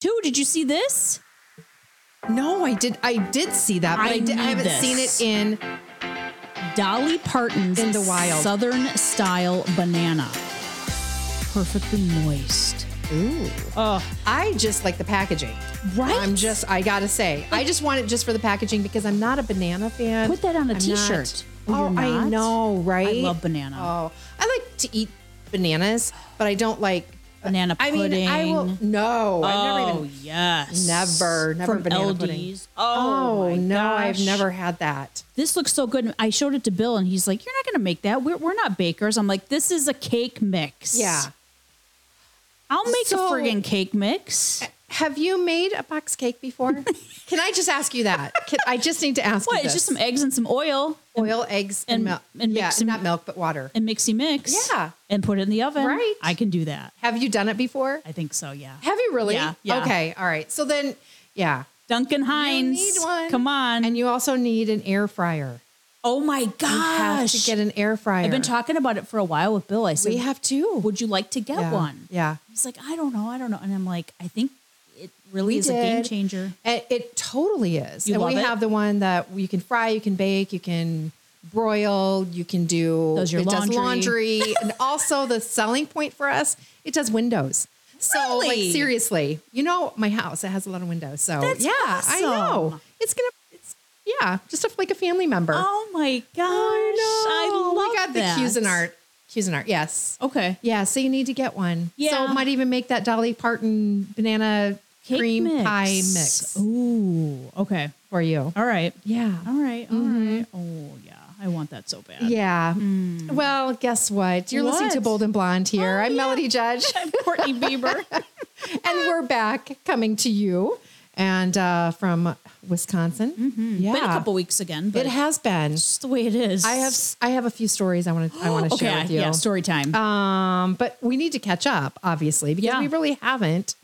too. Did you see this? No, I did. I did see that, but I I, did, need I haven't this. seen it in. Dolly Parton's In the wild. Southern style banana. Perfectly moist. Oh, I just like the packaging. Right? I'm just. I gotta say, I just want it just for the packaging because I'm not a banana fan. Put that on a a t-shirt. Oh, Oh, you're I not? know, right? I love banana. Oh, I like to eat bananas, but I don't like. Banana I pudding. mean, I will. No, I've never oh, even. yes. Never, never From banana LDs. pudding. Oh, my no, I've gosh. never had that. This looks so good. I showed it to Bill and he's like, You're not going to make that. We're, we're not bakers. I'm like, This is a cake mix. Yeah. I'll make a So- Eh, friggin' cake mix. Have you made a box cake before? Can I just ask you that? Can, I just need to ask What? you It's this. just some eggs and some oil oil, eggs, and, and- milk. and yeah, mix some- not milk, but water. and mixy mix. Yeah. And put it in the oven. Right. I can do that. Have you done it before? I think so. Yeah. Have you really? Yeah, yeah. Okay. All right. So then, yeah. Duncan Hines. need one. Come on. And you also need an air fryer. oh my gosh. You have to get an air fryer. I've been talking about it for a while with Bill. I said, We have two. Would you like to get yeah. one? Yeah. He's like, I don't know. I don't know. And I'm like, I think it really We is a game did. changer. It, it totally is. You and love we it? have the one that you can fry, you can bake, you can broil, you can do Does your it does laundry. laundry. and also the selling point for us, it does windows. So Really? like seriously, you know my house, it has a lot of windows. So That's yeah, I know. awesome. It's gonna it's yeah, just a, like a family member. Oh my gosh. I, know. love we got that. the Cuisinart. Cuisinart, yes. Okay. Yeah, so you need to get one. Yeah. So might even make that Dolly Parton banana Cake cream mix. pie mix Ooh. Okay. for you. All right. Yeah. All right. All right. Oh yeah. I want that so bad. Mm-hmm. Yeah. Well, guess what? You're listening to Hmm. What? Bold and Blonde here. Oh, I'm yeah. Melody Judge, Courtney Bieber. and we're back coming to you and uh, from Wisconsin. Yeah, Mm-hmm. Been a couple weeks again, but It has been. it's the way it is. I have I have a few stories I want to I want to okay. share with you. Yeah. Story time. Um, but we need to catch up, obviously, because Yeah. we really haven't.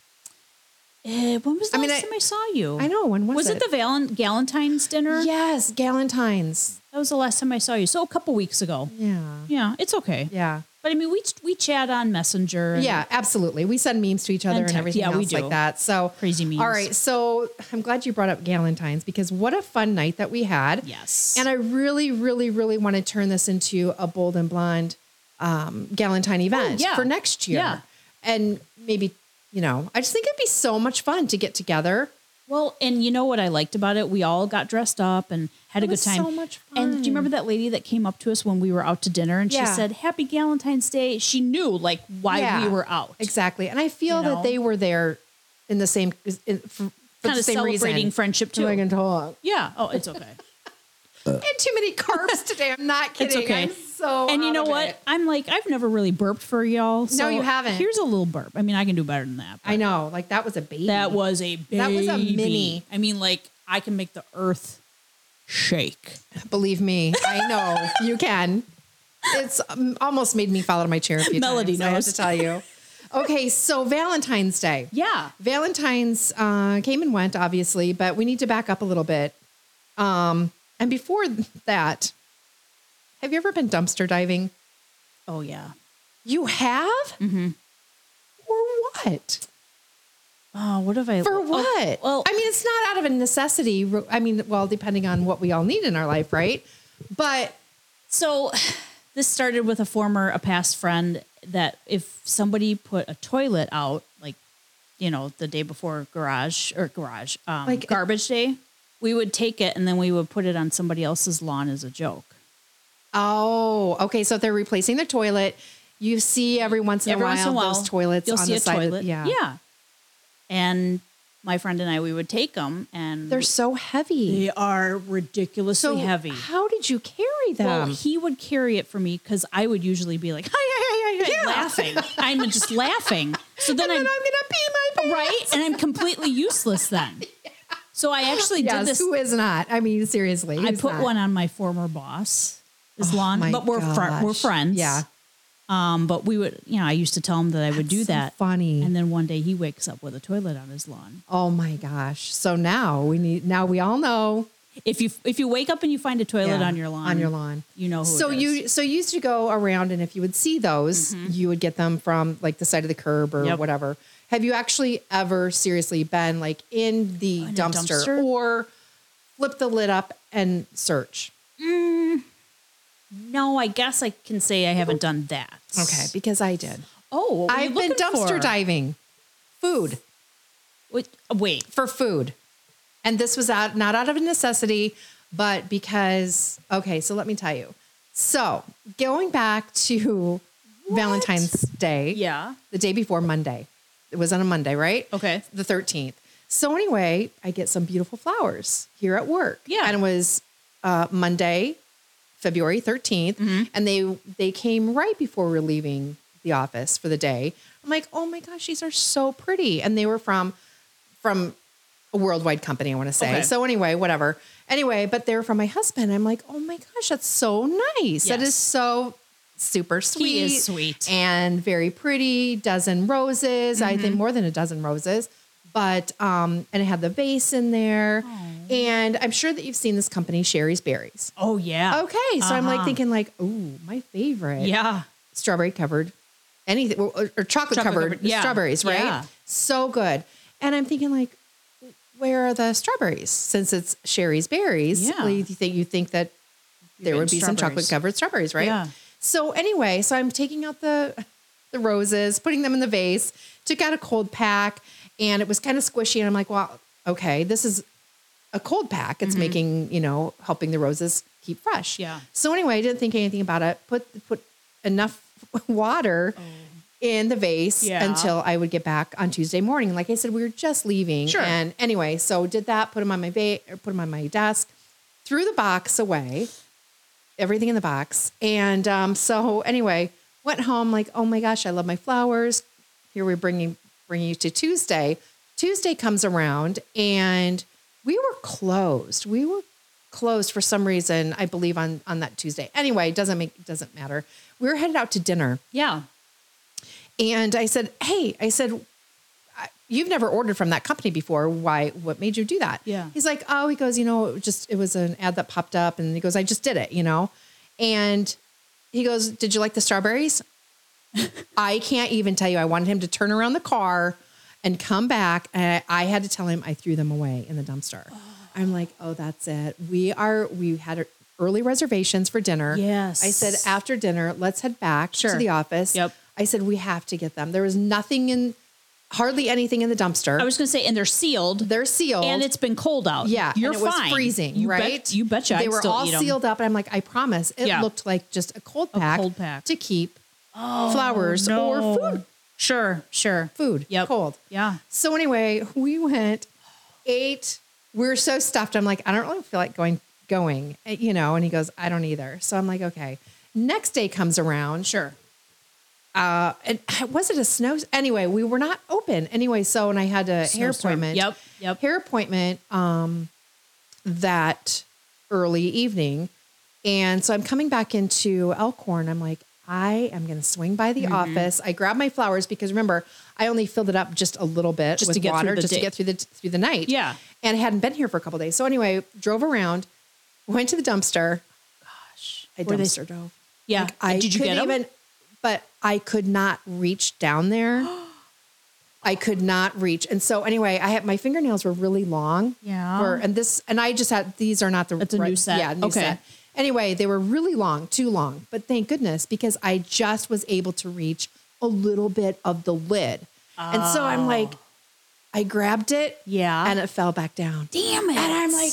Eh, when was the I last mean, I- time I saw you? I know, when was was it? it? the Valen- Galentine's dinner? Yes, Galentine's. That was the last time I saw you. So a couple weeks ago. Yeah. Yeah, it's okay. Yeah. But I mean, we we chat on Messenger. and- Yeah, absolutely. We send memes to each other And and, text. everything Yeah, else we do. like that. So Crazy memes. All right. So I'm glad you brought up Galentine's because what a fun night that we had. Yes. And I really, really, really want to turn this into a bold and blonde um, Galentine event yeah. for next year. Yeah. And maybe, you know, I just think it'd be so much fun to get together. Well, and you know what I liked about it? We all got dressed up and had a It good was time. so much And do you remember that lady that came up to us when we were out to dinner and she Yeah. said, "Happy Galentine's Day." She knew like why Yeah. we were out. Exactly. And I feel You know? that they were there in the same, in, for, for Kind the of same celebrating reason. friendship So too. I can talk. yeah. Oh, it's okay. had too many carbs today. I'm not It's kidding. okay. I'm so and you out know of what? it. I'm like, I've never really burped for y'all. So you haven't. Here's a little burp. I mean, I can do better than that. but- I know. Like that was a baby. That was a baby. Mm. That was a mini. I mean, like I can make the earth shake. Believe me, I know you can. It's um, almost made me fall out of my chair. A few Melody times, I have knows. to tell you. Okay, so Valentine's Day. Yeah. Valentine's uh, came and went, obviously, but we need to back up a little bit. Um, and before that, have you ever been dumpster diving? Oh yeah. You have, Mm-hmm. or what? Oh, what have I For oh, what? well, I mean, it's not out of a necessity. I mean, well, depending on what we all need in our life, right? But so this started with a former, a past friend that if somebody put a toilet out, like you know, the day before garage or garage, um, Like- garbage day, we would take it and then we would put it on somebody else's lawn as a joke. oh, okay. So they're replacing their toilet. You see every once in, Every a, while, once in a while, those toilets you'll on see the a side. of- toilet. yeah, yeah. And my friend and I, we would take them, and they're so heavy. They are ridiculously so heavy. How did you carry Well, them? he would carry it for me because I would usually be like, hi, hi, hi, hi, hi, laughing. I'm just laughing. So then and I'm I'm gonna pee my pants. right, and I'm completely useless then. So I actually Yes, did this. who is not? I mean, seriously. I who's put not? one on my former boss, his lawn, Oh my but we're fr- we're gosh. friends. Yeah. Um, but we would, you know, I used to tell him that I would do so that. funny. And then one day he wakes up with a toilet on his lawn. Oh my gosh. So now we need. Now we all know. If you if you wake up and you find a toilet Yeah, on your lawn, on your lawn. you know. Who so it is. Mm-hmm. you so you used to go around and if you would see those you would get them from like the side of the curb or Yep. whatever Have you actually ever seriously been like in the In a dumpster, dumpster? or flip the lid up and search? No, I guess I can say I haven't done that. because I did. Oh, what were you I've been looking dumpster for? diving, food Wait, uh, wait. for food, and this was out not out of necessity, but because okay. So let me tell you. So going back to Valentine's Day, Yeah. the day before Monday. It was on a Monday, right? Okay. The 13th. So, anyway, I get some beautiful flowers here at work. Yeah. And it was uh, Monday, February 13th. Mm-hmm. And they they came right before we were leaving the office for the day. I'm like, oh my gosh, these are so pretty. And they were from from a worldwide company, I want to say. Okay. So anyway, whatever. Anyway, but they're from my husband. I'm like, oh my gosh, that's so nice. That Yes. is so super sweet. He is sweet. and very pretty. Dozen roses. I Mm-hmm. think more than a dozen roses. But um, and it had the vase in there. And I'm sure that you've seen this company, Sherry's Berries. Oh yeah. Okay, so I'm like Uh-huh. thinking like, oh, my favorite Yeah. strawberry covered anything or, or chocolate, covered, covered, yeah. strawberries, right? Yeah. So good. And I'm thinking like, where are the strawberries? Since it's Sherry's berries, Yeah. well, you think you think that there would getting be some strawberries. chocolate covered strawberries, right? Yeah. So anyway, so I'm taking out the the roses, putting them in the vase, took out a cold pack, and it was kind of squishy. And I'm like, well, okay, this is a cold pack. It's making, you know, helping the roses keep fresh. Mm-hmm. Yeah. So anyway, I didn't think anything about it. Put put enough water in the vase Oh. Yeah. until I would get back on Tuesday morning. Like I said, we were just leaving. Sure. And anyway, so did that, put them on my va- or put them on my desk, threw the box away, everything in the box. And um, so anyway, went home like, oh my gosh, I love my flowers. Here we're bringing bringing you to Tuesday. Tuesday comes around and we were closed. We were closed for some reason, I believe on on that Tuesday. Anyway, doesn't make doesn't matter. We were headed out to dinner. Yeah. And I said, "Hey, I said, I- you've never ordered from that company before. Why? What made you do that?" Yeah. He's like, "Oh," he goes, "You know, it was just it was an ad that popped up," and he goes, "I just did it," you know, and he goes, "Did you like the strawberries?" I can't even tell you. I wanted him to turn around the car and come back, and I, I had to tell him I threw them away in the dumpster. I'm like, "Oh, that's it. We are. We had." Early reservations for dinner. Yes. I said after dinner, let's head back to Sure. the office. Yep. I said, we have to get them. There was nothing in, hardly anything in the dumpster. I was gonna say, and they're sealed. They're sealed. and it's been cold out. yeah, You're and it fine. was freezing, you bet- right? you betcha. They I'd were still all eat 'em. sealed up, and I'm like, I promise, it Yeah. looked like just a cold pack, cold pack. Oh, to keep flowers No. or food, Sure. Sure. food, Yep. cold. Yeah. So anyway, we went, ate. We were so stuffed. I'm like, I don't really feel like going, going, eh, you know. And he goes, I don't either. So I'm like, okay. Next day comes around. Sure. Uh, and was it a snow? Anyway, we were not open. Anyway, so and I had a hair Snowstorm. appointment. Yep, yep. Hair appointment. Um, that early evening, and so I'm coming back into Elkhorn. I'm like, I am going to swing by the Mm-hmm. office. I grab my flowers because remember, I only filled it up just a little bit Just to with get through water the just day. to get through the through the night. Yeah. and I hadn't been here for a couple days. So anyway, drove around, went to the dumpster. Gosh, I Were they- dumpster dove. Yeah. I Did you get couldn't 'em? even- But I could not reach down there. I could not reach, and so anyway, I had my fingernails were really long. Yeah. Were- and this, and I just had these are not the. That's a new set. Yeah, new Okay. set. Anyway, they were really long, too long. But thank goodness because I just was able to reach a little bit of the lid, and so I'm like, I grabbed it. Oh. Yeah. and it fell back down. Damn it. And I'm like,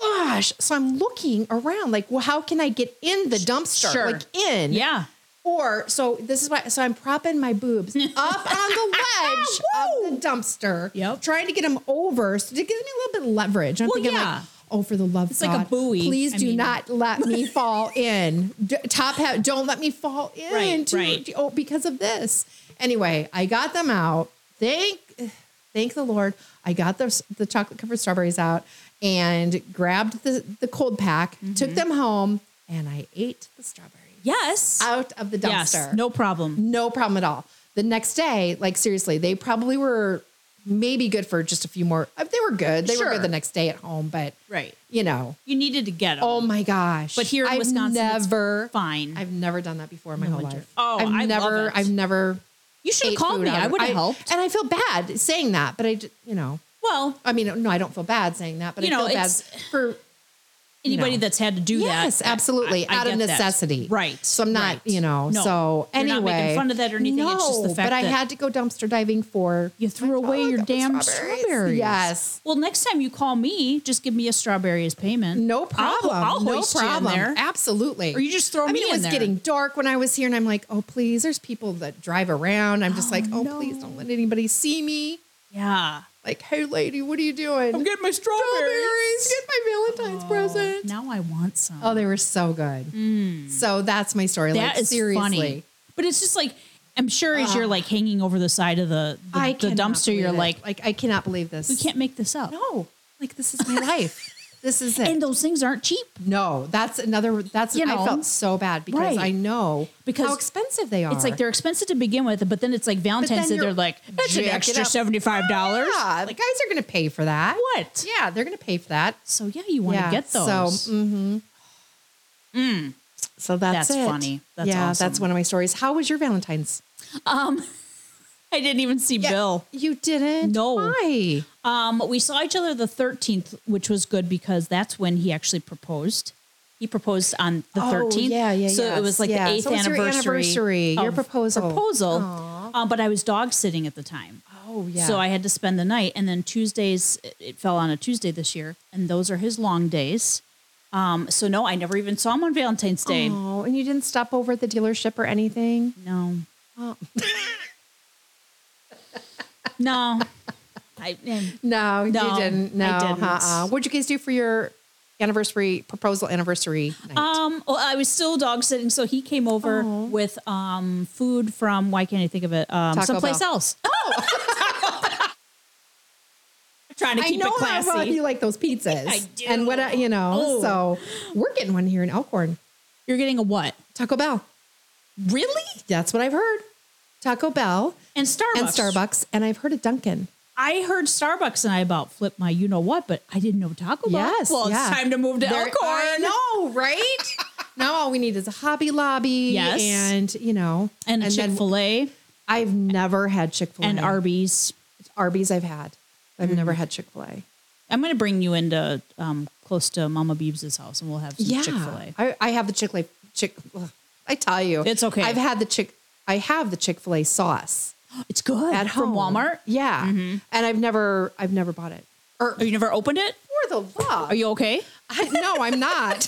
gosh. So I'm looking around, like, well, how can I get in the dumpster? Sure. Like in. yeah. Or so this is why. So I'm propping my boobs up on the ledge of the dumpster. Ah, Yep. Trying to get them over. So to give me a little bit of leverage. I'm Well, thinking yeah. like, oh, for the love It's of like a God, buoy. Please I do mean- not let me fall in. D- top hat. Don't let me fall in. Right, to- right. Oh, because of this. Anyway, I got them out. Thank, thank the Lord. I got the the chocolate covered strawberries out and grabbed the the cold pack. Mm-hmm. Took them home and I ate the strawberries Yes. out of the yes. dumpster. No problem. no problem at all. The next day, like seriously, they probably were maybe good for just a few more. uh, They were good. They Sure. were good the next day at home, but Right. you know, You needed to get 'em. oh my gosh. But here in I've Wisconsin, it's never fine. I've never done that before in my whole winter. life. Oh, I've I love never, it. I've never You should have ate called food me. out of I it. would have helped. And I feel bad saying that, but I, d- you know, Well, I mean, no, I don't feel bad saying that, but You I know, feel bad it's- for anybody No. that's had to do that. yes, absolutely, I- I out of get that. necessity, Right. So I'm not, right. you know, No, so You're anyway, not making fun of that or anything. No, it's just the fact but I that had to go dumpster diving for you threw away Oh, your that was damn strawberries. strawberries. Yes. Well, next time you call me, just give me a strawberry as payment. No I'll- problem. I'll, no hoist you in problem. there. Absolutely. Or you just throw I me mean, it in was there. getting dark when I was here, and I'm like, oh please, there's people that drive around. I'm just like, oh please, don't let anybody see me. Yeah. Like, hey lady, what are you doing? I'm getting my strawberries. Get my Valentine's present. Now I want some. Oh, they were so good. So that's my story. Mm. That like, is seriously. funny. But it's just like I'm sure as you're like hanging over the side of the the, I the cannot dumpster, you're believe it. like, like I cannot believe this. we can't make this up. No, like this is my life. This is it. And those things aren't cheap. no, that's another. That's You know? I felt so bad because Right. I know Because how expensive they are. It's like they're expensive to begin with, but then it's like Valentine's Day. then They're you're- like, that's an Jack it extra up. seventy five dollars. yeah, the guys are going to pay for that. What? Yeah, they're going to pay for that. So yeah, you want to Yeah, get so, mm. mm-hmm. those. So Mm. that's, That's it. funny. That's yeah, that's awesome. one of my stories. How was your Valentine's? I didn't even see Bill. you didn't. No. Why? Um, we saw each other the thirteenth, which was good because that's when he actually proposed. He proposed on the Oh, thirteenth. yeah, yeah, So yes, it was like yeah. the eighth So it was your anniversary. anniversary, your of proposal. Proposal. Um, but I was dog sitting at the time. Oh yeah. So I had to spend the night, and then Tuesdays it- it fell on a Tuesday this year, and those are his long days. Um, so no, I never even saw him on Valentine's Day. Oh, and you didn't stop over at the dealership or anything. No. Oh. no. I eh, No, No, you didn't. No, I didn't. Uh-uh. What'd you guys do for your anniversary proposal anniversary night? um well I was still dog sitting, so he came over Oh. with um food from why can't I think of it? Um Taco someplace Bell. Oh. else. Oh trying to I keep know it how classy. well you like those pizzas. I do. And what I- you know, Oh. so we're getting one here in Elkhorn, You're getting a what? Taco Bell. Really? That's what I've heard. Taco Bell And Starbucks. and Starbucks, and I've heard of Dunkin'. I heard Starbucks and I about flipped my you know what, but I didn't know Taco Bell. Yes, Well, yeah. it's time to move to There- I Elkhorn. know, right? now all we need is a Hobby Lobby, Yes. and you know, And, then Chick fil A I've never had Chick fil A and Mm. Arby's. Arby's I've had. I've never had Chick fil A. I'm going to bring you into um, close to Mama Beebs' house and we'll have some Chick fil A. I, I have the Chick fil A. Chick, ugh, I tell you, It's okay. I've had the Chick. I have the Chick fil A sauce It's good. at home From Walmart? Mm-hmm. Yeah, and I've never, I've never bought it. Or Oh, you never opened it? for the love, Are you okay? I, no, I'm not.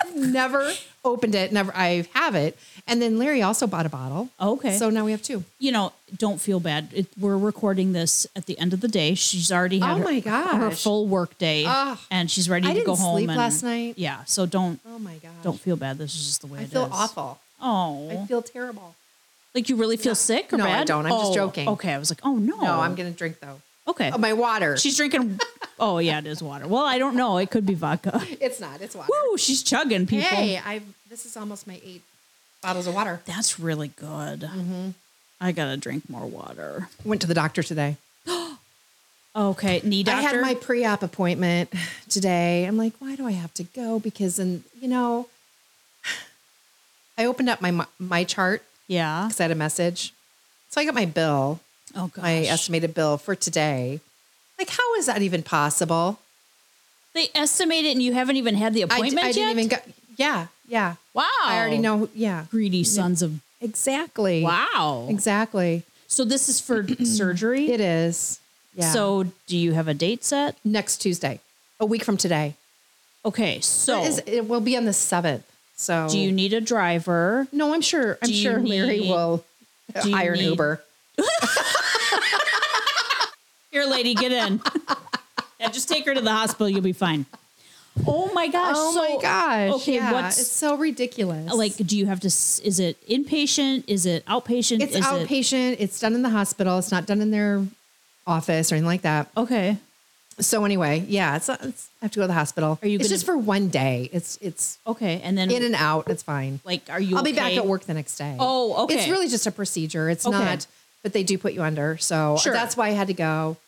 I've never opened it. Never, I have it. And then Larry also bought a bottle. Okay. so now we have two. You know, don't feel bad. It, we're recording this at the end of the day. She's already had Oh her, my her gosh. full work day Ugh. and she's ready I to go didn't home. sleep and- last night. Yeah. So don't Oh my gosh, don't feel bad. This is just the way I it feel is. awful. Oh. I feel terrible. Like you really feel sick or No, I bad? don't. I'm just Oh, joking. Okay, I was like, oh no. No, I'm gonna drink though. Okay, Oh, my water. she's drinking. oh yeah, it is water. Well, I don't know. It could be vodka. it's not. It's water. Woo, she's chugging people. Hey, I've this is almost my eight bottles of water. That's really good. Mm-hmm. I gotta drink more water. Went to the doctor today. Okay, knee doctor. I had my pre-op appointment today. I'm like, why do I have to go? Because and you know, I opened up my my chart yeah. because I had a message. So I got my bill, Oh gosh. my estimated bill for today. Like, how is that even possible? they estimate it, and you haven't even had the I d- appointment I, yet. didn't even go. Yeah, yeah. wow. I already know. who- Yeah, Greedy sons of. exactly. Wow. Exactly. So this is for surgery. It is. Yeah. So do you have a date set? next Tuesday, a week from today. Okay. So It is- it will be on the seventh. So Oh. do you need a driver? No, I'm sure. I'm Do you sure Larry need- will do you hire an need- Uber. Here, lady, get in. yeah, just take her to the hospital. You'll be fine. Oh my gosh! Oh so- my gosh! Okay, yeah, it's what's so ridiculous? like? Do you have to? s- Is it inpatient? Is it outpatient? it's is It, outpatient. it's done in the hospital. It's not done in their office or anything like that. okay. So anyway, yeah, it's, it's I have to go to the hospital. Are you It's gonna- just for one day. It's it's Okay, and then in and out. It's fine. like, are you? I'll be back okay? at work the next day. Oh, okay. It's really just a procedure. It's Okay. not, but they do put you under. So Sure. that's why I had to go.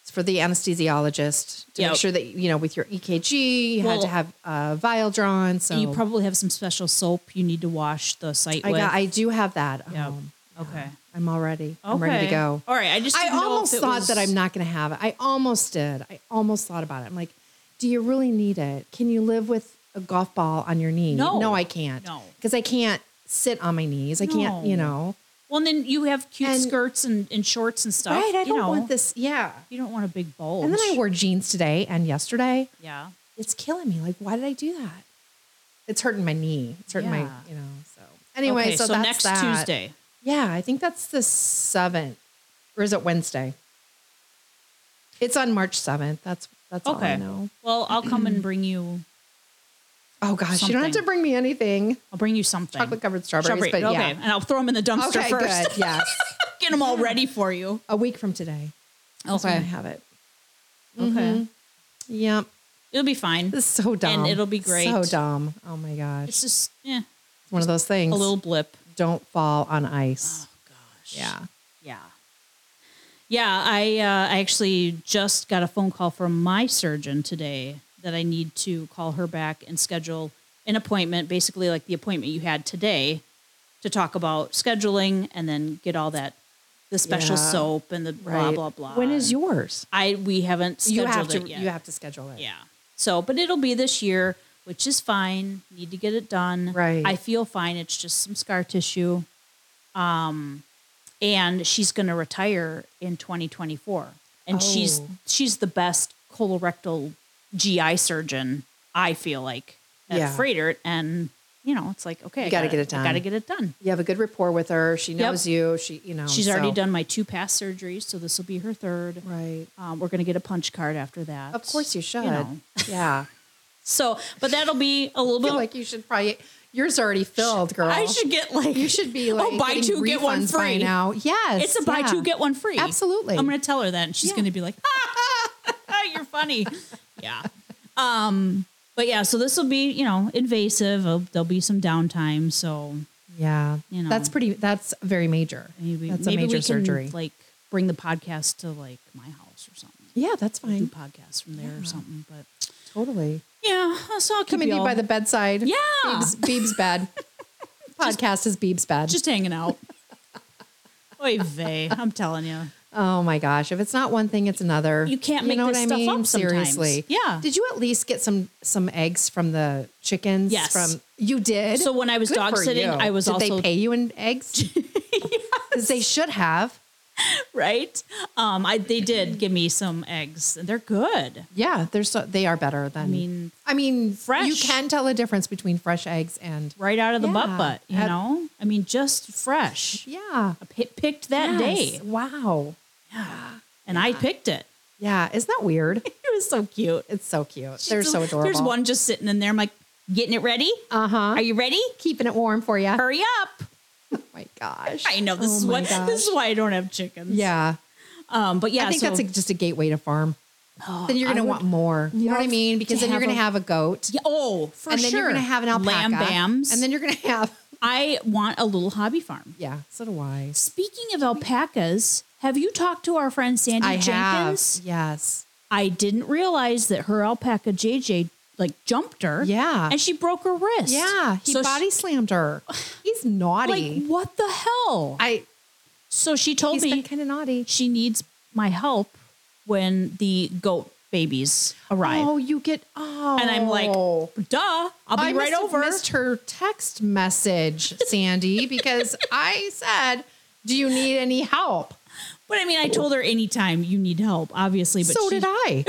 It's for the anesthesiologist to Yep. make sure that, you know, with your EKG, you Well- had to have a vial drawn. So You probably have some special soap you need to wash the site I with. got, I do have that. at Yeah. home. Okay. I'm all ready. Okay. I'm ready to go. All right. I just I didn't know almost if it thought was- that I'm not going to have it. I almost did. I almost thought about it. I'm like, do you really need it? Can you live with a golf ball on your knee? No. no, I can't. No. because I can't sit on my knees. I No. can't. You know, Well, and then you have cute And- skirts and, and shorts and stuff. right? I you don't know. Oh, want this. Yeah. You don't want a big bulge. And then I wore jeans today and yesterday. Yeah. It's killing me. Like, why did I do that? It's hurting my knee. It's hurting Yeah. my. You know. So anyway, okay, so, that's next that. Tuesday. Yeah, I think that's the seventh, or is it Wednesday? It's on March seventh. That's that's all I Okay. know. Well, I'll come and bring you. Oh gosh, you don't have to Something. bring me anything. I'll bring you something. Chocolate covered strawberries, Strawberry, but okay, yeah. and I'll throw them in the dumpster Okay, first. good. Yes, Get them all ready for you. a week from today. That's when I Okay. have it. Okay. Yep. It'll be fine. Mm-hmm. This is so dumb. it'll be great. So dumb. Oh my gosh. It's It's just eh, one of those things. a little Oh, blip. Don't fall on ice. Gosh. Yeah. Yeah. Yeah, I uh, I actually just got a phone call from my surgeon today that I need to call her back and schedule an appointment, basically like the appointment you had today, to talk about scheduling and then get all that the special Yeah. soap and the blah Right. blah blah. When is yours? I we haven't You scheduled have to. it yet. You have to schedule it. Yeah. So, but it'll be this year, which is fine. Need to get it done. Right. I feel fine. It's just some scar tissue. Um, and she's going to retire in 2024. And she's Oh. she's the best colorectal GI surgeon I feel like at Yeah. Freighter. And you know, it's like okay, You gotta get it done. Got to get it done. You have a good rapport with her. She knows you. She, you know, She's already Oh, so- done my two past surgeries, so this will be her third. Right. Um, we're going to get a punch card after that. Of course you should. know. Yeah. So, but that'll be a little I bit feel like you should probably yours already filled, girl. I should get like you should be like oh buy getting two get one refunds by free now. Yes. It's a buy yeah. two get one free. Absolutely. I'm gonna tell her that, and she's Yeah. gonna be like, "Ah, "You're funny." yeah. Um. But yeah, so this will be you know invasive. Uh, There'll be some downtime, so Yeah. You know. That's pretty that's very major. maybe that's maybe a major we can surgery. like bring the podcast to like my house or something. yeah, that's Do fine. podcasts from there or something. But Totally. yeah, so I'll keep Come and be y'all- by the bedside. Yeah. Beeb's, Beeb's bed. Podcast is Beeb's bed. just hanging out. Oy vey, I'm telling you. oh my gosh. If it's not one thing, it's another. You can't make this stuff up sometimes. Seriously. Yeah. Did you at least get some some eggs from the chickens? Yes. From you did? So when I was Good dog for sitting, you. I was Did also they pay you in eggs? Because they should have. right. Um, I they did give me some eggs. They're good. Yeah, they're so they are better than. I mean, I mean, fresh. You can tell a difference between fresh eggs and right out of the butt Yeah. butt. You At- know, I mean, just fresh. yeah I pi- picked that Yes. day, Wow. and I picked it. Yeah, isn't that weird? It was so cute. It's so cute. They're so adorable. There's one just sitting in there. I'm like, getting it ready. Uh huh. Are you ready? Keeping it warm for you. Oh Hurry up! my gosh. I know this Oh is my what gosh. this is why I don't have chickens. Yeah. um, but yeah, I think so, that's a, just a gateway to farm. then you're Oh, I gonna would want more. You know what I love mean? Because to then you're have gonna a- have a goat, yeah, oh for and then sure. you're gonna have an alpaca, lamb bams, and then you're gonna have I want a little hobby farm. yeah. So do I. Speaking of alpacas, have you talked to our friend Sandy I have Jenkins? yes. I didn't realize that her alpaca JJ like jumped her. Yeah. And she broke her wrist. Yeah, he so she- body slammed her. He's naughty. like what the hell? I so she told he's me been kind of naughty. she needs my help when the goat babies arrive. Oh, you get oh, and I'm like, duh, I'll be I right must have over. missed her text message, Sandy, because I said, "Do you need any help?" But I mean, I told her anytime you need help, obviously. But so she, did I.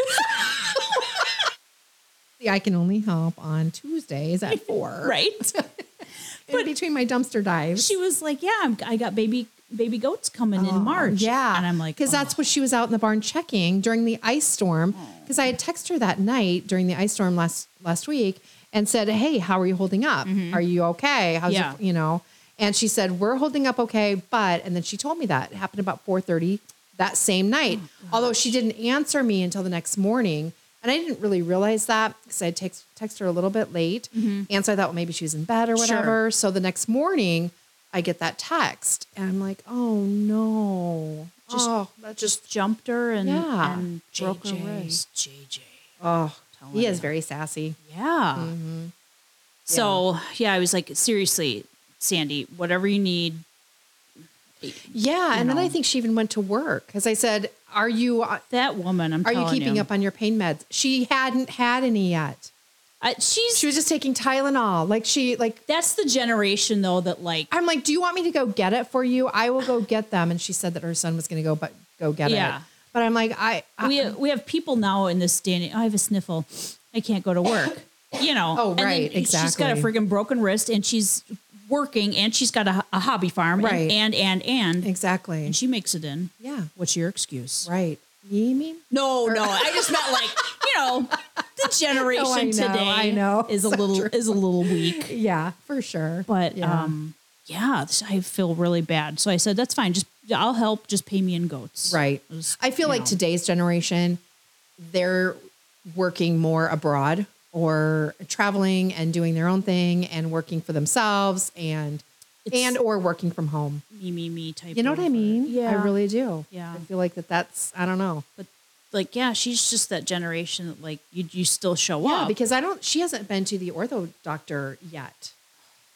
See, I can only help on Tuesdays at four, Right? In between my dumpster dives. she was like, yeah, I'm, I got baby baby goats coming in March. Oh, Yeah. And I'm like, because "Oh." Oh. that's what she was out in the barn checking during the ice storm. Because I had texted her that night during the ice storm last last week and said, "Hey, how are you holding up? Are you okay? How's Mm-hmm. Yeah. your, you know?" And she said, "We're holding up okay, but." And then she told me that it happened about four thirty that same night. Oh, Although she didn't answer me until the next morning. And I didn't really realize that because I had text, text her a little bit late. And so I thought, well, maybe she was in bed or Mm-hmm. Sure. whatever. So the next morning, I get that text, and I'm like, "Oh no!" Just- oh, that just just jumped her and, Yeah. and broke her JJ. wrist. JJ. oh, Telling he is you. very sassy. Yeah. Mm-hmm. So yeah, I was like, seriously, Sandy, whatever you need, Yeah. And then know. I think she even went to work because I said, Are you uh, are That woman, I'm you telling keeping you. up on your pain meds? She hadn't had any yet. I, she's She was just taking Tylenol. Like she like that's the generation though that like I'm like, Do you want me to go get it for you? I will go get them. And she said that her son was gonna go but go get Yeah. it. But I'm like, I, I we we have people now in this day. and- I have a sniffle. I can't go to work. You know. Oh, And then right, She's got a exactly. freaking broken wrist, and she's working, and she's got a, a hobby farm, and- Right. And and and, exactly. and she makes it in. Yeah. What's your excuse? Right. You mean? No, no. I just meant like you know the generation No, I know, today. I know. is a little is a little weak, Yeah, for sure. but yeah. um, yeah, this- I feel really bad. So I said, that's fine. Just I'll help. Just pay me in goats. Right. It was, I feel you like know. today's generation, they're working more abroad or traveling and doing their own thing and working for themselves and It's- and or working from home. Me, me, me type. You know what I over. mean? Yeah. I really do. Yeah. I feel like that that's I don't know. but like yeah she's just that generation that like you you still show Yeah, up because I don't she hasn't been to the ortho doctor yet.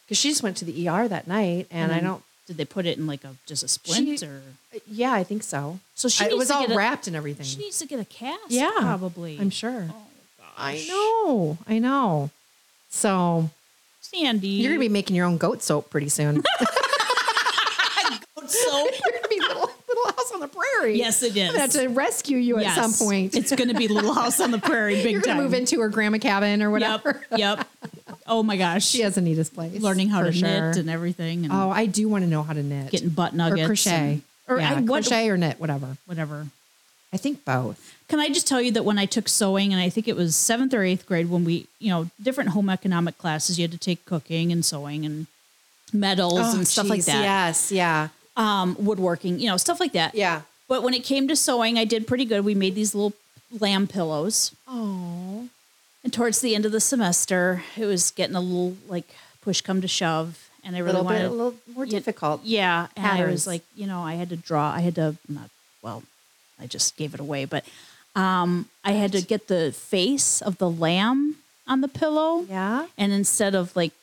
Cuz she just went to the ER that night and I then don't did they put it in like a just a splint or yeah, I think so. So she I- it needs was to all get a- wrapped and everything. she needs to get a cast Yeah, probably I'm sure. I know. I know. So sandy You're gonna be making your own goat soap pretty soon. so You're gonna be little little house on the prairie. Yes, it is. I'm gonna have to rescue you Yes. at some point. it's gonna be little house on the prairie big You're gonna time move into her grandma cabin or yep whatever. yep oh my gosh She has Anita's place. learning how for to sure. knit and everything and oh, I do want to know how to knit. getting butt or nuggets crochet. and- or Yeah, I, what, crochet or knit, whatever. whatever I think both. Can I just tell you that when I took sewing, and I think it was seventh or eighth grade, when we, you know, different home economic classes, you had to take cooking and sewing and metals Oh, and stuff like geez, that, Yes, yeah. um, woodworking, you know, stuff like that. Yeah. But when it came to sewing, I did pretty good. We made these little lamb pillows, Oh. and towards the end of the semester, it was getting a little like push come to shove, and I A really little wanted bit a little more difficult. yeah, and I was patterns. like, you know, I had to draw. I had to not well, I just gave it away, but um, I had to get the face of the lamb on the pillow, Yeah. and instead of like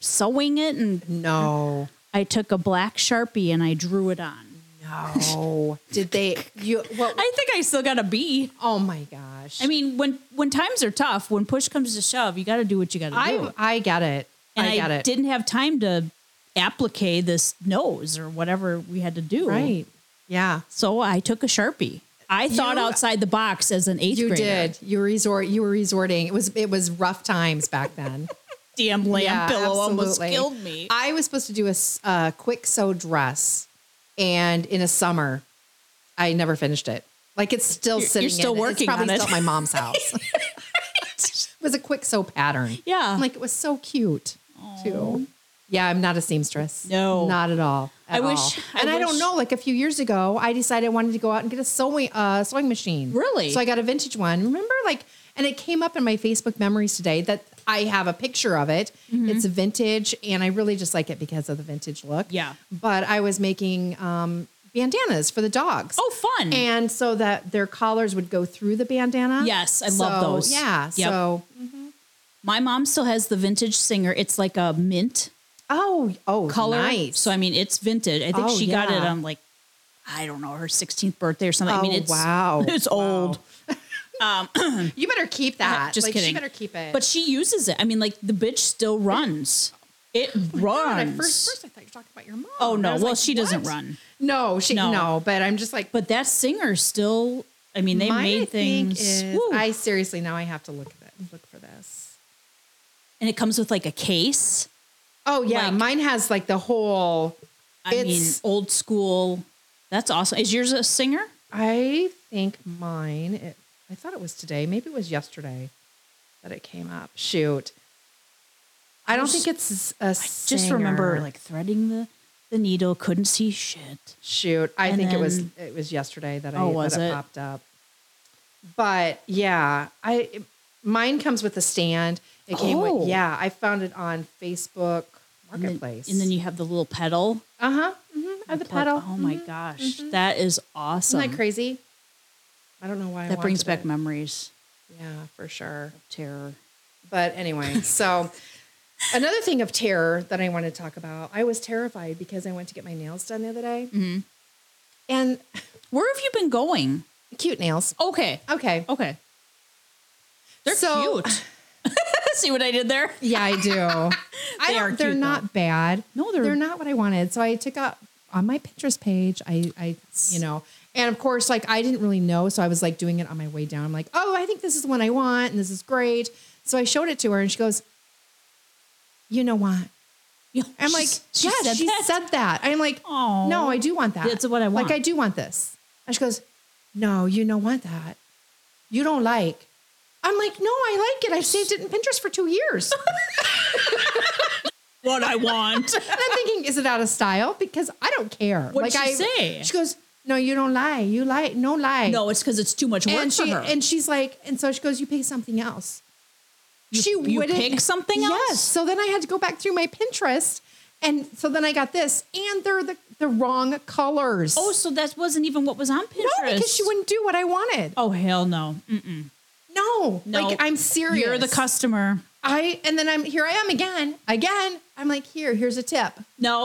sewing it, and No. I took a black sharpie and I drew it on. No. Did they you what I think I still got a B. oh my gosh. I mean, when when times are tough, when push comes to shove, you got to do what you got to do. I I get it. and I get it. didn't have time to applique this nose or whatever we had to do. Right. Yeah. So I took a sharpie. I thought You- outside the box as an eighth You grader. did. You resort you were resorting. It was it was rough times back then. Damn lamb pillow almost absolutely. killed me. I was supposed to do a s- a quick sew dress and in a summer I never finished it. Like it's still You're- sitting you're still in- working it's probably on it. still at my mom's house. it was a quick sew pattern. yeah. I'm like it was so cute too. Yeah, I'm not a seamstress. No. not at all. at I wish- all. I and I don't wish- know. Like a few years ago, I decided I wanted to go out and get a sewing uh, sewing machine. Really? So I got a vintage one. Remember, like, and it came up in my Facebook memories today that I have a picture of it. Mm-hmm. It's vintage, and I really just like it because of the vintage look. Yeah. But I was making um, bandanas for the dogs. oh, fun. And so that their collars would go through the bandana. Yes, I love So, those. Yeah. Yep. So My mom still has the vintage singer. It's like a mint oh oh color. nice. So I mean, it's vintage. I think Oh, she got it yeah. on like I don't know her 16th birthday or something. I mean, Oh, it's wow. It's old, You better keep that. Just like, kidding. She better keep it. but she uses it. I mean, like the bitch still runs. It Oh God, I runs. first, first I thought you were talking about your mom. oh And I no! was Well, like, she doesn't what? run. No, she No. no. But I'm just like, But that singer still. I mean, they mine, I made think, things. is- Woo. I seriously now I have to look at it, look for this. and it comes with like a case. Oh yeah, Like- mine has like the whole. I It's- mean, old school. That's awesome. Is yours a singer? I think mine. It, I thought it was today. Maybe it was yesterday that it came up. Shoot. I don't think it's a Just remember, singer. like threading the the needle, couldn't see shit. Shoot, I And think it was then- it was yesterday that I Oh, that was it it? popped up. But yeah, I mine comes with a stand. It came Oh. with yeah. I found it on Facebook And then, Marketplace. and then you have the little pedal. uh huh, mm-hmm, the plug. pedal. Oh my gosh, that is awesome. isn't that crazy? I don't know why I That brings wanted back it. memories. yeah for sure. Terror. But anyway, so Another thing of terror that I want to talk about. I was terrified because I went to get my nails done the other day, Mm-hmm. and Where have you been going? cute nails. Okay. Okay. Okay. They're So- cute. See what I did there? Yeah, I do. I They don't, are they're cute, not bad. No, they're- they're not what I wanted. So I took out on my Pinterest page. I I you know, and of course, like I didn't really know, so I was like doing it on my way down. I'm like, oh, I think this is the one I want, and this is great. So I showed it to her, and she goes, "You know what?" I'm like, she "Yes, said she that? said that." I'm like, Aw. no, I do want that. That's what I want. Like, I do want this." And she goes, "No, you don't want that. You don't like." I'm like, "No, I like it. I've saved it in Pinterest for two years." what I want. And I'm thinking, is it out of style? Because I don't care. What'd she I, say? She goes, no, you don't lie. You lie. No lie. no, it's because it's too much work And for she her. and she's like, and so she goes, you pick something else. she you wouldn't pick something else? Yes. So then I had to go back through my Pinterest, and so then I got this, and they're the the wrong colors. oh, so that wasn't even what was on Pinterest. no, because she wouldn't do what I wanted. Oh hell no. Mm, No, no. like I'm serious. You're the customer. I and then I'm here. I am again, again. I'm like, here, here's a tip. No.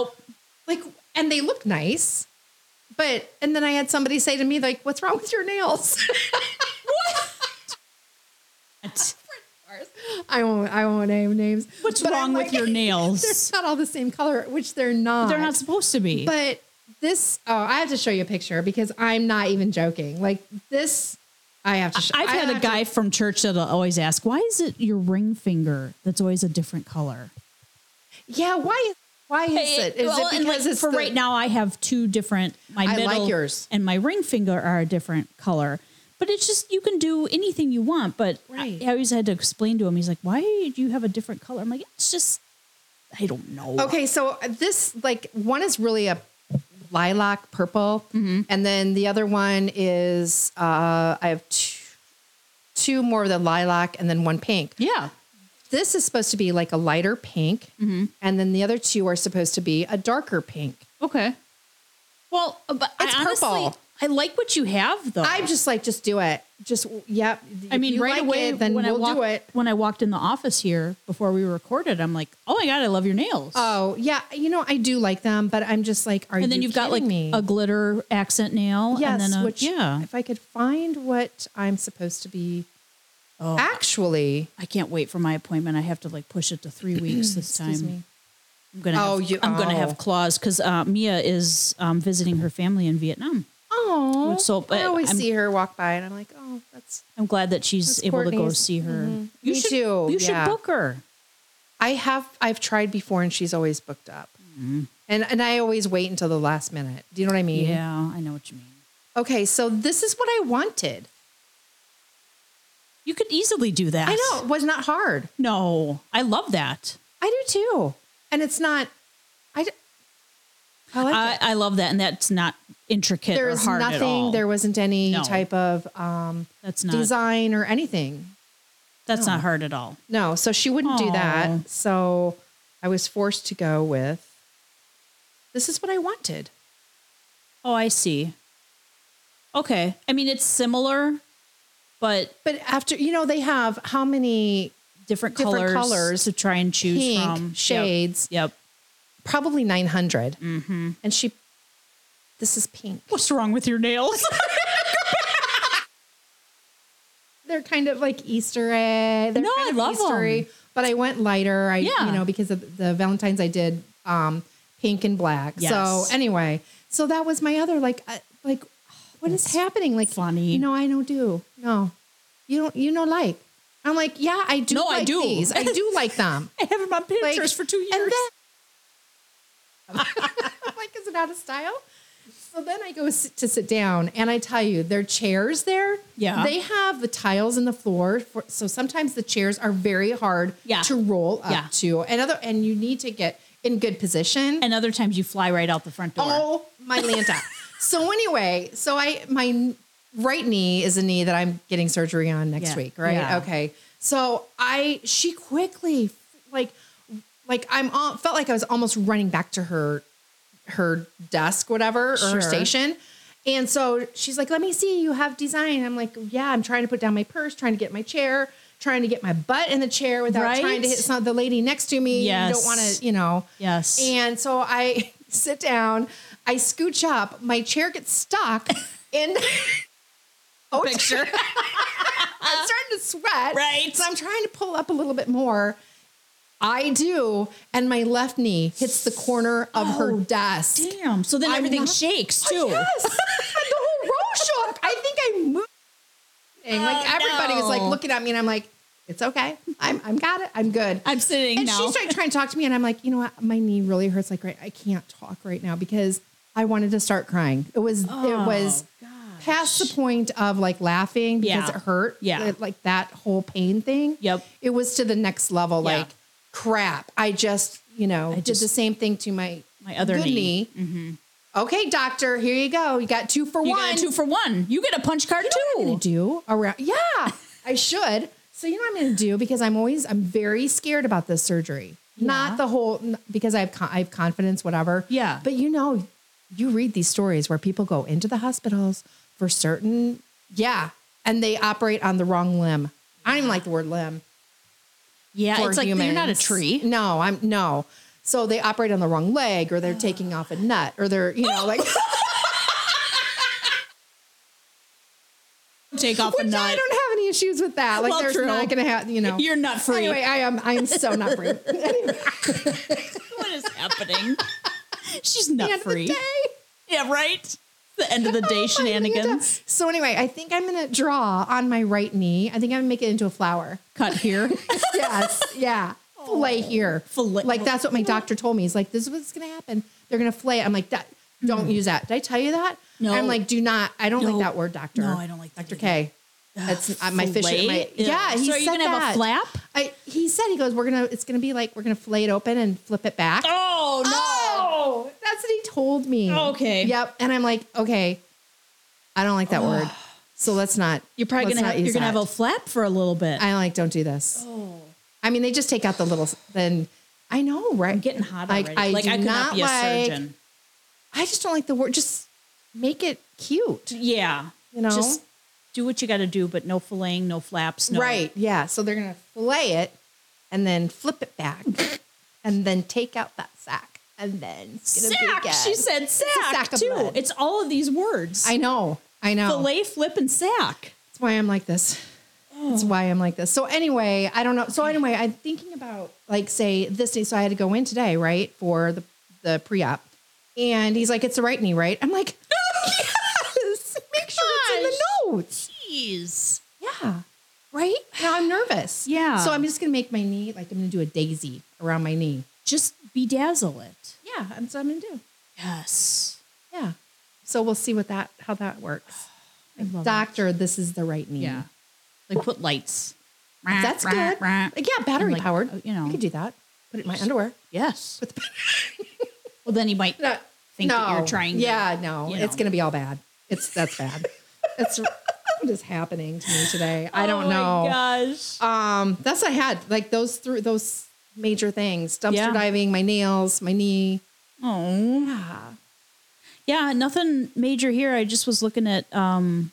like and they look nice but and then i had somebody say to me like what's wrong with your nails What? i won't i won't name names What's But wrong I'm with like, your they're nails? not all the same color which they're not They're not supposed to be. but this oh i have to show you a picture because i'm not even joking like this i have to show I've I had a have to- guy from church that'll always ask, "Why is it your ring finger that's always a different color?" yeah why why is it is Well, it and, like, because it's for the- right now? I have two different. My I like middle yours. and my ring finger are a different color. But it's just you can do anything you want. But I- Right. I, always had to explain to him. He's like, "Why do you have a different color?" I'm like, "It's just I don't know." Okay, so this like one is really a lilac purple, Mm-hmm. and then the other one is uh, I have two, two more of the lilac, and then one pink. Yeah. This is supposed to be like a lighter pink, Mm-hmm. and then the other two are supposed to be a darker pink. Okay. Well, uh, but It's I honestly, purple. I like what you have though. I'm just like, just do it. Just yep. Oh. I If mean, you right like away it, then when we'll I walked, do it. when I walked in the office here before we recorded, I'm like, "Oh my god, I love your nails." Oh yeah, you know I do like them, but I'm just like, are you? and then you've got like kidding me? a glitter accent nail. Yes, and then a, which yeah, if I could find what I'm supposed to be actually. I can't wait for my appointment. I have to like push it to three weeks this time. Excuse me. I'm gonna. Oh, have, you- I'm gonna oh. have claws because uh, Mia is um, visiting her family in Vietnam. Oh, So, but I always I'm- see her walk by, and I'm like, oh, that's. I'm glad that she's That's able to go Courtney's. see Mm-hmm. her. Me should, too, You should yeah. book her. I have I've tried before, and she's always booked up, and and I always wait until the last minute. Do you know what I mean? Yeah, I know what you mean. Okay, so this is what I wanted. You could easily do that. I know it was not hard. No, I love that. I do too, and it's not. I. d- I like it. I, I love that, and that's not intricate There or is hard nothing. at all. There wasn't any No. type of um, That's not- design or anything. that's not hard at all. No, so she wouldn't do Aw. that. So I was forced to go with. This is what I wanted. Oh, I see. Okay. I mean, it's similar, but But after you know, they have how many? different, Different colors, colors. to try and choose Pink, from. Yep. shades. Yep. Probably nine Mm-hmm. And she, this is pink. What's wrong with your nails? They're kind of like Easter egg. They're No, kind I of love 'em. Eastery, But I went lighter. I Yeah. you know because of the Valentines I did um, pink and black. So Yes. anyway, so that was my other like uh, like what is happening? Like funny. You know, I don't do no. You don't. You know, like I'm like yeah, I do. No, I like do. These. I do like them. I have them on Pinterest like, for two years. And then, I'm like, is it out of style? So then I go sit, to sit down, and I tell you, their chairs there, Yeah. they have the tiles in the floor. For, so sometimes the chairs are very hard Yeah. to roll up Yeah. to, and other, and you need to get in good position. and other times you fly right out the front door. Oh my lanta! so anyway, so I my n- right knee is a knee that I'm getting surgery on next Yeah. week, right? Yeah. Okay. So I she quickly like like I'm all, felt like I was almost running back to her her desk, whatever, or Sure. her station. And so she's like, "Let me see. You have design." I'm like, "Yeah, I'm trying to put down my purse, trying to get my chair." trying to get my butt in the chair without Right? trying to hit some, the lady next to me. You Yes. don't want to, you know. Yes. And so I sit down, I scooch up, my chair gets stuck in a picture. I'm starting to sweat. Right. So I'm trying to pull up a little bit more. I do, and my left knee hits the corner of her desk. Oh, Damn. So then I'm everything not- shakes Oh, too. yes. the whole row shook. I think I moved. And like Oh, everybody was like no. looking at me, and I'm like, "It's okay. I'm I'm got it. I'm good." I'm sitting and now. she started trying to talk to me, and I'm like, "You know what? My knee really hurts. Like, right, I can't talk right now because I wanted to start crying. It was Oh, it was past the point of like laughing because Yeah. it hurt. Yeah. It- like that whole pain thing. Yep. It was to the next level. Yeah. Like, crap. I just you know did just- the same thing to my My other good knee. Okay, doctor, here you go. You got two for You one. got a two for one. You get a punch card I'm too. gonna do around. Yeah, I should. So you know what I'm gonna do because I'm always I'm very scared about this surgery. Not the whole n- because I have con- I have confidence, whatever. Yeah. But you know, you read these stories where people go into the hospitals for certain, yeah, and they operate on the wrong limb. I don't even like the word limb. Yeah, for Uh, it's like you're not a humans. tree. No, I'm no. So they operate on the wrong leg, or they're taking off a nut, or they're you know like. Take off a Which I nut. don't have any issues with that. Like Well, there's true. not gonna have you know You're nut free. Anyway, I am I am so not free. Anyway, What is happening? She's nut end of the free. day. Yeah, right. The end of the day Oh, my goodness. shenanigans. So anyway, I think I'm gonna draw on my right knee. I think I'm gonna make it into a flower. Cut here. Yes, yeah. Fillet here. Oh. Fillet- Like that's what my doctor told me. He's like, this is what's gonna happen. They're gonna fillet. it." I'm like, that, don't use that. Did I tell you that? Hmm. No. I'm like, do not. I don't No. like that word, doctor. No, I don't like that Doctor either. K. That's uh, my fish. Fillet? My, Ew. yeah, he So are said you gonna have a that. flap? I, he said he goes, we're gonna. It's gonna be like we're gonna fillet it open and flip it back. Oh no. Oh, that's what he told me. Okay. Yep. And I'm like, okay, I don't like that word. So let's not. You're probably let's gonna not have you're use gonna have that. a flap for a Oh. little bit. I like don't do this. I mean, they just take out the little. s- Then I know, right? I'm getting hot Like, already. I like do I could not, not be a like- surgeon. I just don't like the word. Just make it cute. Yeah. You know? Just do what you gotta do, but no filleting, no flaps, no Right. Yeah. So they're gonna fillet it and then flip it back, and then take out that sack, and then it's gonna be Sack. good. She said sack, a sack of too. blood. It's all of these words. I know. I know. Fillet, flip, and sack. That's why I'm like this. That's why I'm like this. So anyway, I don't know. So anyway, I'm thinking about like say this day. So I had to go in today, right, for the the pre op, and he's like, "It's the right knee, right?" I'm like, "Yes, make sure it's in the notes." Jeez. Yeah, right. Now I'm nervous. Yeah. So I'm just gonna make my knee like I'm gonna do a daisy around my knee. Just bedazzle it. Yeah, that's what I'm gonna do. Yes. Yeah. So we'll see what that how that works. love Doctor, this is the right knee. Yeah. Like put lights. That's good. Like, yeah, battery Like, powered. uh, you know. I could do that. Put it in my underwear. Yes. well, then you might think that you're trying. to- Yeah, no, you it's know. gonna be all bad. It's that's bad. it's what is happening to me today. I don't oh know. My gosh. Um, that's what I had like those through those major things: dumpster Yeah. diving, my nails, my knee. Oh. Yeah. Yeah. Nothing major here. I just was looking at um,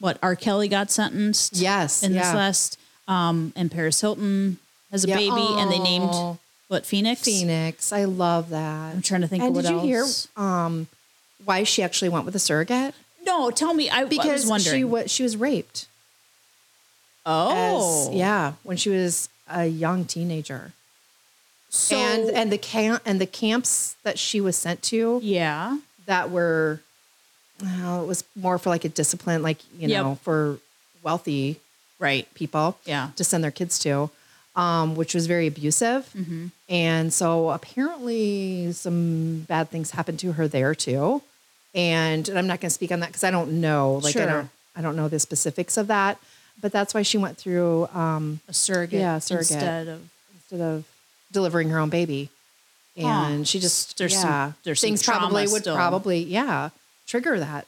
what R. Kelly got sentenced. Yes, In this yeah. last, um, and Paris Hilton has a Yeah. baby, and they named Aw. what Phoenix. Phoenix. I love that. I'm trying to think And of what did you else. hear um, why she actually went with a surrogate? No, tell me. I, I was Because wondering. she was she was raped. oh, as- yeah, when she was a young teenager. So, and and the camp and the camps that she was sent to yeah. that were well, it was more for like a discipline, like you Yep. know, for wealthy Right. people Yeah. to send their kids to, um, which was very abusive. Mm-hmm. And so apparently some bad things happened to her there too. And, and I'm not going to speak on that because I don't know. Like I Sure. don't I don't know the specifics of that. But that's why she went through um, A surrogate. Yeah, surrogate. Instead of instead of delivering her own baby. And she just There's some- yeah, there's some things trauma probably would still. probably yeah trigger that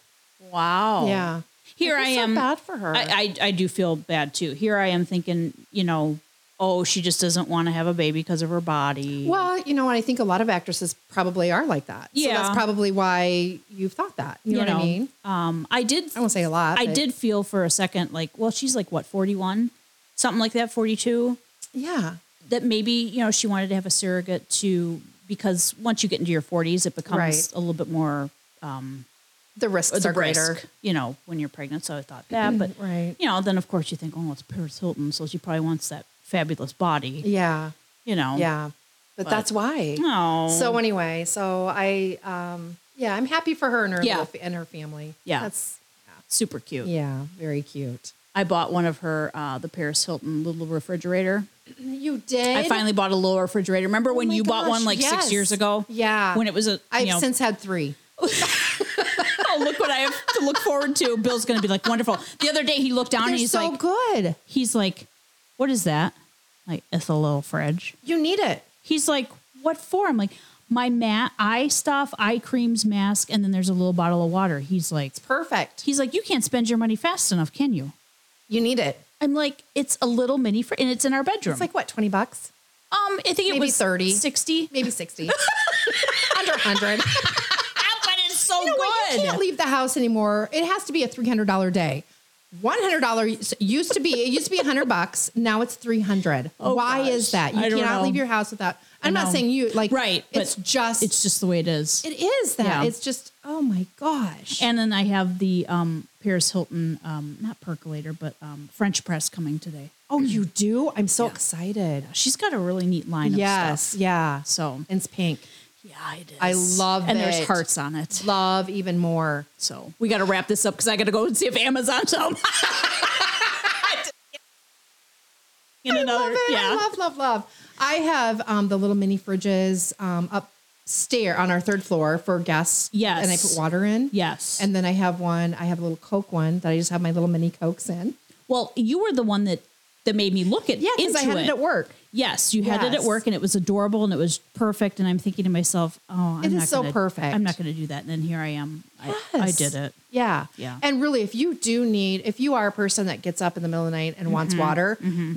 wow. yeah. Here I, feel so am. bad for her. I, I I do feel bad too. Here I am thinking, you know, oh, she just doesn't want to have a baby because of her body. Well, you know, and I think a lot of actresses probably are like that. So Yeah. that's probably why you've thought that. You, know, what I mean? Um, I did. I won't say a lot. I but- did feel for a second like, well, she's like what forty one, something like that, 42, Yeah. that maybe, you know, she wanted to have a surrogate to, because once you get into your 40s, it becomes Right. a little bit more uh, The risks the are greater. risk, you know, when you're pregnant. So I thought that, but, Right. you know, then of course you think, oh, it's Paris Hilton. So she probably wants that fabulous body, Yeah. you know? Oh, Yeah. But, that's why. No. So anyway, so I um yeah, I'm happy for her and her Yeah. little fa- and her family. Yeah. That's super cute. yeah, very cute. I bought one of her, uh, the Paris Hilton little refrigerator. You did. I finally bought a little refrigerator. Remember when Oh my you bought gosh, one like yes. six years ago? Yeah. When it was a, you I've know, since had 3. oh, look what I have to look forward to. Bill's going to be like, wonderful. The other day he looked down They're and he's so like, good. he's like, what is that? Like, it's a little fridge. You need it. He's like, what for? I'm like, my mat, eye stuff, eye creams, mask, and then there's a little bottle of water. He's like, Perfect. he's like, you can't spend your money fast enough, can you? You need it. I'm like, it's a little mini fridge, and it's in our bedroom. It's like what, 20 bucks? um, I think it maybe was 30. 60. Maybe 60. Under 100. Ah, but it's so You know what? good. You can't leave the house anymore. It has to be a $300 day. $100 used to be it used to be 100 bucks now it's 300 why Oh gosh. is that you I don't cannot know. leave your house without i'm know. not saying you like Right, but it's just it's just the way it is. it is that Yeah. it's just oh my gosh And then I have the um, Paris Hilton, um, not percolator, but um, French press coming today. oh you do i'm so excited She's got a really neat line of yes stuff. yeah So it's pink yeah, it is. I love and there's it. hearts on it. love even more So we got to wrap this up because I got to go and see if Amazon's home. In another, love it. yeah, I love, love, love. I have um, the little mini fridges um, upstairs on our third floor for guests. Yes. And I put water in. yes. And And then I have one, I have a little Coke one that I just have my little mini Cokes in. well, you were the one that that made me look at Yeah, because into I had it. it. at work. Yes, you had it at Yes. work and it was adorable and it was perfect. And I'm thinking to myself, oh, I'm It is not so gonna, perfect. I'm not going to do that. And then here I am. I, I Yes. did it. Yeah. Yeah. And really, if you do need, if you are a person that gets up in the middle of the night and wants water,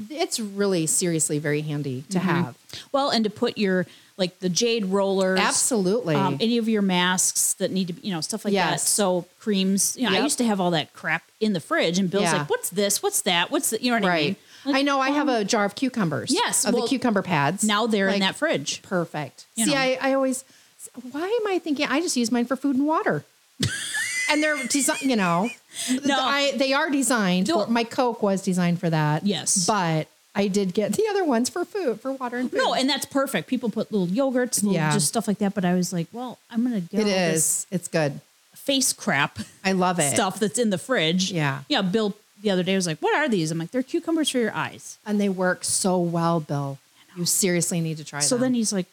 it's really seriously very handy to have. Well, and to put your like the jade rollers, Absolutely. um, any of your masks that need to, be, you know, stuff like that. Yes. So creams. You know, I Yep. used to have all that crap in the fridge, and Bill's Yeah. like, "What's this? What's that? What's the?" You know what I mean? right. I know I have a jar of cucumbers. Um, Yes, Of well, the cucumber pads. Now they're in Like, that fridge. perfect. You See, know. I, I always, why am I thinking? I just use mine for food and water. and they're designed, you know, No. I, they are designed. No. For, my Coke was designed for that. Yes. But I did get the other ones for food, for water and food. No, and that's perfect. People put little yogurts, little Yeah. just stuff like that. But I was like, well, I'm going to get it all this is. It's good. face crap. I love it. stuff that's in the fridge. Yeah. Yeah. Bill the other day was like, What are these? I'm like, They're cucumbers for your eyes. And they work so well, Bill. You seriously need to try So them. then he's like,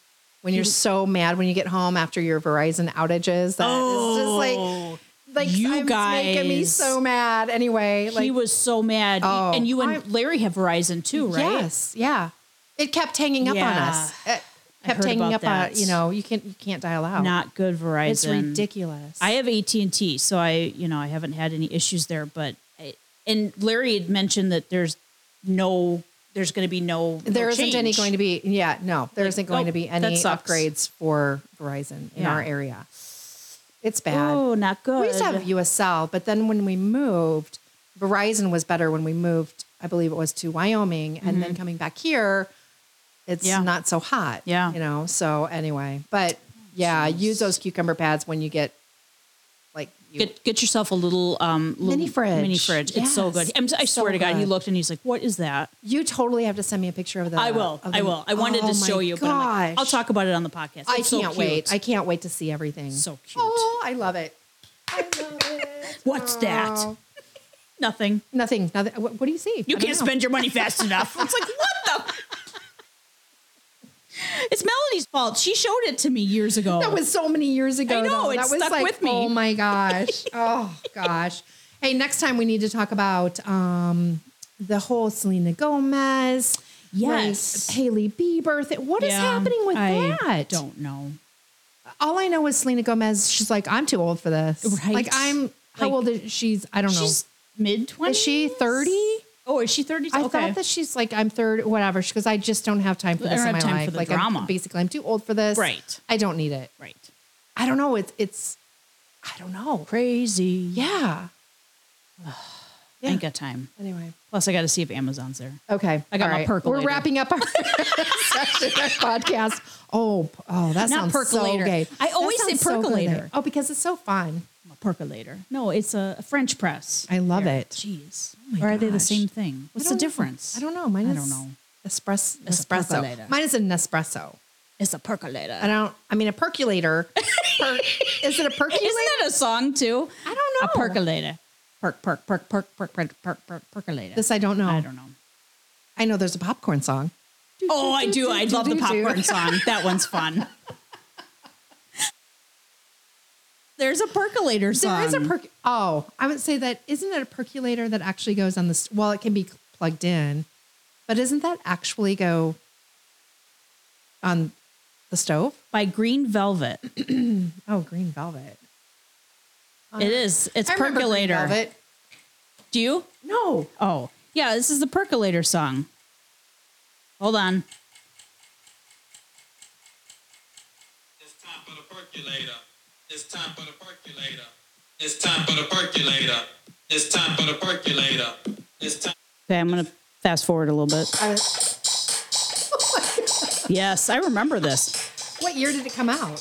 when you're so mad when you get home after your Verizon outages, that it's Oh, just like, like you I'm- it's making me guys. so mad. Anyway, like He was so mad. Oh, and you and I'm- Larry have Verizon too, right? Yes, yeah. It kept hanging up on Yeah. us. It kept heard hanging about up that. on you know you can't you can't dial out. Not good Verizon. it's ridiculous. I have AT and T, so I you know I haven't had any issues there. But I, and Larry had mentioned that there's no there's going to be no there isn't any going to be yeah no there not going oh, to be that any sucks. upgrades for Verizon in Yeah. our area. It's bad. Oh, not good. we used to have USL, but then when we moved, Verizon was better when we moved. I believe it was to Wyoming, and then coming back here, it's Mm-hmm. Yeah. not so hot. Yeah. you know. So anyway, but yeah, use those cucumber pads when you get like you Get get yourself a little um little Mini fridge. Mini fridge. It's so Yes. good. I'm, I It's swear so to God, he good. looked and he's like, "What is that?" You totally have to send me a picture of that. Oh I will. I will. I wanted to show you, but I'm like, I'll talk about it on the podcast. I can't It's so cute. wait. I can't wait to see everything. so cute. Oh, I love it. I love it. What's that? Oh. Nothing. Nothing. Nothing. What, what do you You see? I don't can't know. spend your money fast enough. It's like what the. It's Melody's fault. She showed it to me years ago. That was so many years ago. I know, though. it that was stuck like, with me. Oh my gosh. oh gosh. Hey, next time we need to talk about um, the whole Selena Gomez, Yes. like, Haley Bieber thing. What is Yeah, happening with I that? Don't know. all I know is Selena Gomez. She's like, I'm too old for this. Right. Like I'm. How Like, old is she's? I don't She's mid know. twenties. Is she thirty? Oh, is she thirty? I thought that she's like I'm third, whatever. She goes, I just don't have time for I this don't in my have time life. for the like drama. I'm, basically, I'm too old for this. Right. I don't need it. right. I don't know. It's it's. I don't know. Crazy. Yeah. Ain't got time. Anyway. Plus, I got to see if Amazon's there. Okay. I got all my percolator. We're wrapping up our session, our podcast. Oh, p- oh, that Not sounds percolator. so gay. I That always say sounds so good. percolator. oh, because it's so fun. A percolator. No, it's a, a French press. I love There. it. Oh Jeez. my or are they the gosh. same thing? What's the don't know. difference? I don't know. Mine I is don't know. Espresso. It's a percolator. Espresso. Mine is an espresso. It's a percolator. I don't. I mean, a percolator. Per, is it a percolator? Isn't that a song too? I don't A know. percolator. Perk, perk, perk, perk, perk, perk, perk, perk, percolator. This I don't know. I don't know. I know there's a popcorn song. Oh, I do. I love the popcorn song. That one's fun. There's a percolator song. There is a perc. Oh, I would say that isn't it a percolator that actually goes on this? Well, it can be plugged in, but isn't that actually go on the stove? by Green Velvet. Oh, green velvet. It is. It's I remember Green percolator. Velvet. Do you? No. Oh, yeah. This is the percolator song. Hold on. It's time for the percolator. It's time for the percolator. It's time for the percolator. It's time for the percolator. It's time. Okay, I'm gonna fast forward a little bit. Uh, Yes, I remember this. what year did it come out?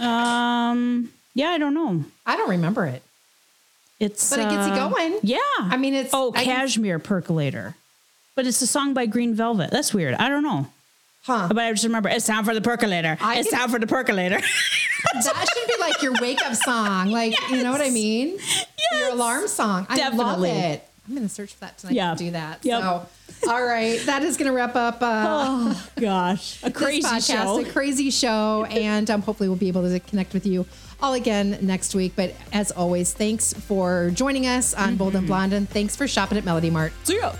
Um, yeah, I don't know. I don't remember it. It's But it gets you uh, going. Yeah, I mean, it's- oh, I can- Cashmere Percolator, but it's a song by Green Velvet. That's weird. I don't know, Huh. but I just remember it's time for the percolator. I it's can- time for the percolator. That should be like your wake up song. Like, you know what I mean? Your alarm song. I Definitely. love it. I'm going to search for that tonight Yeah. and do that. Yep. So, all right. That is going to wrap up uh, oh gosh, a this crazy podcast, show. a crazy show. And um, hopefully, we'll be able to connect with you all again next week. But Mm-hmm. as always, thanks for joining us on Bold and Blonde. And thanks for shopping at Melody Mart. See ya.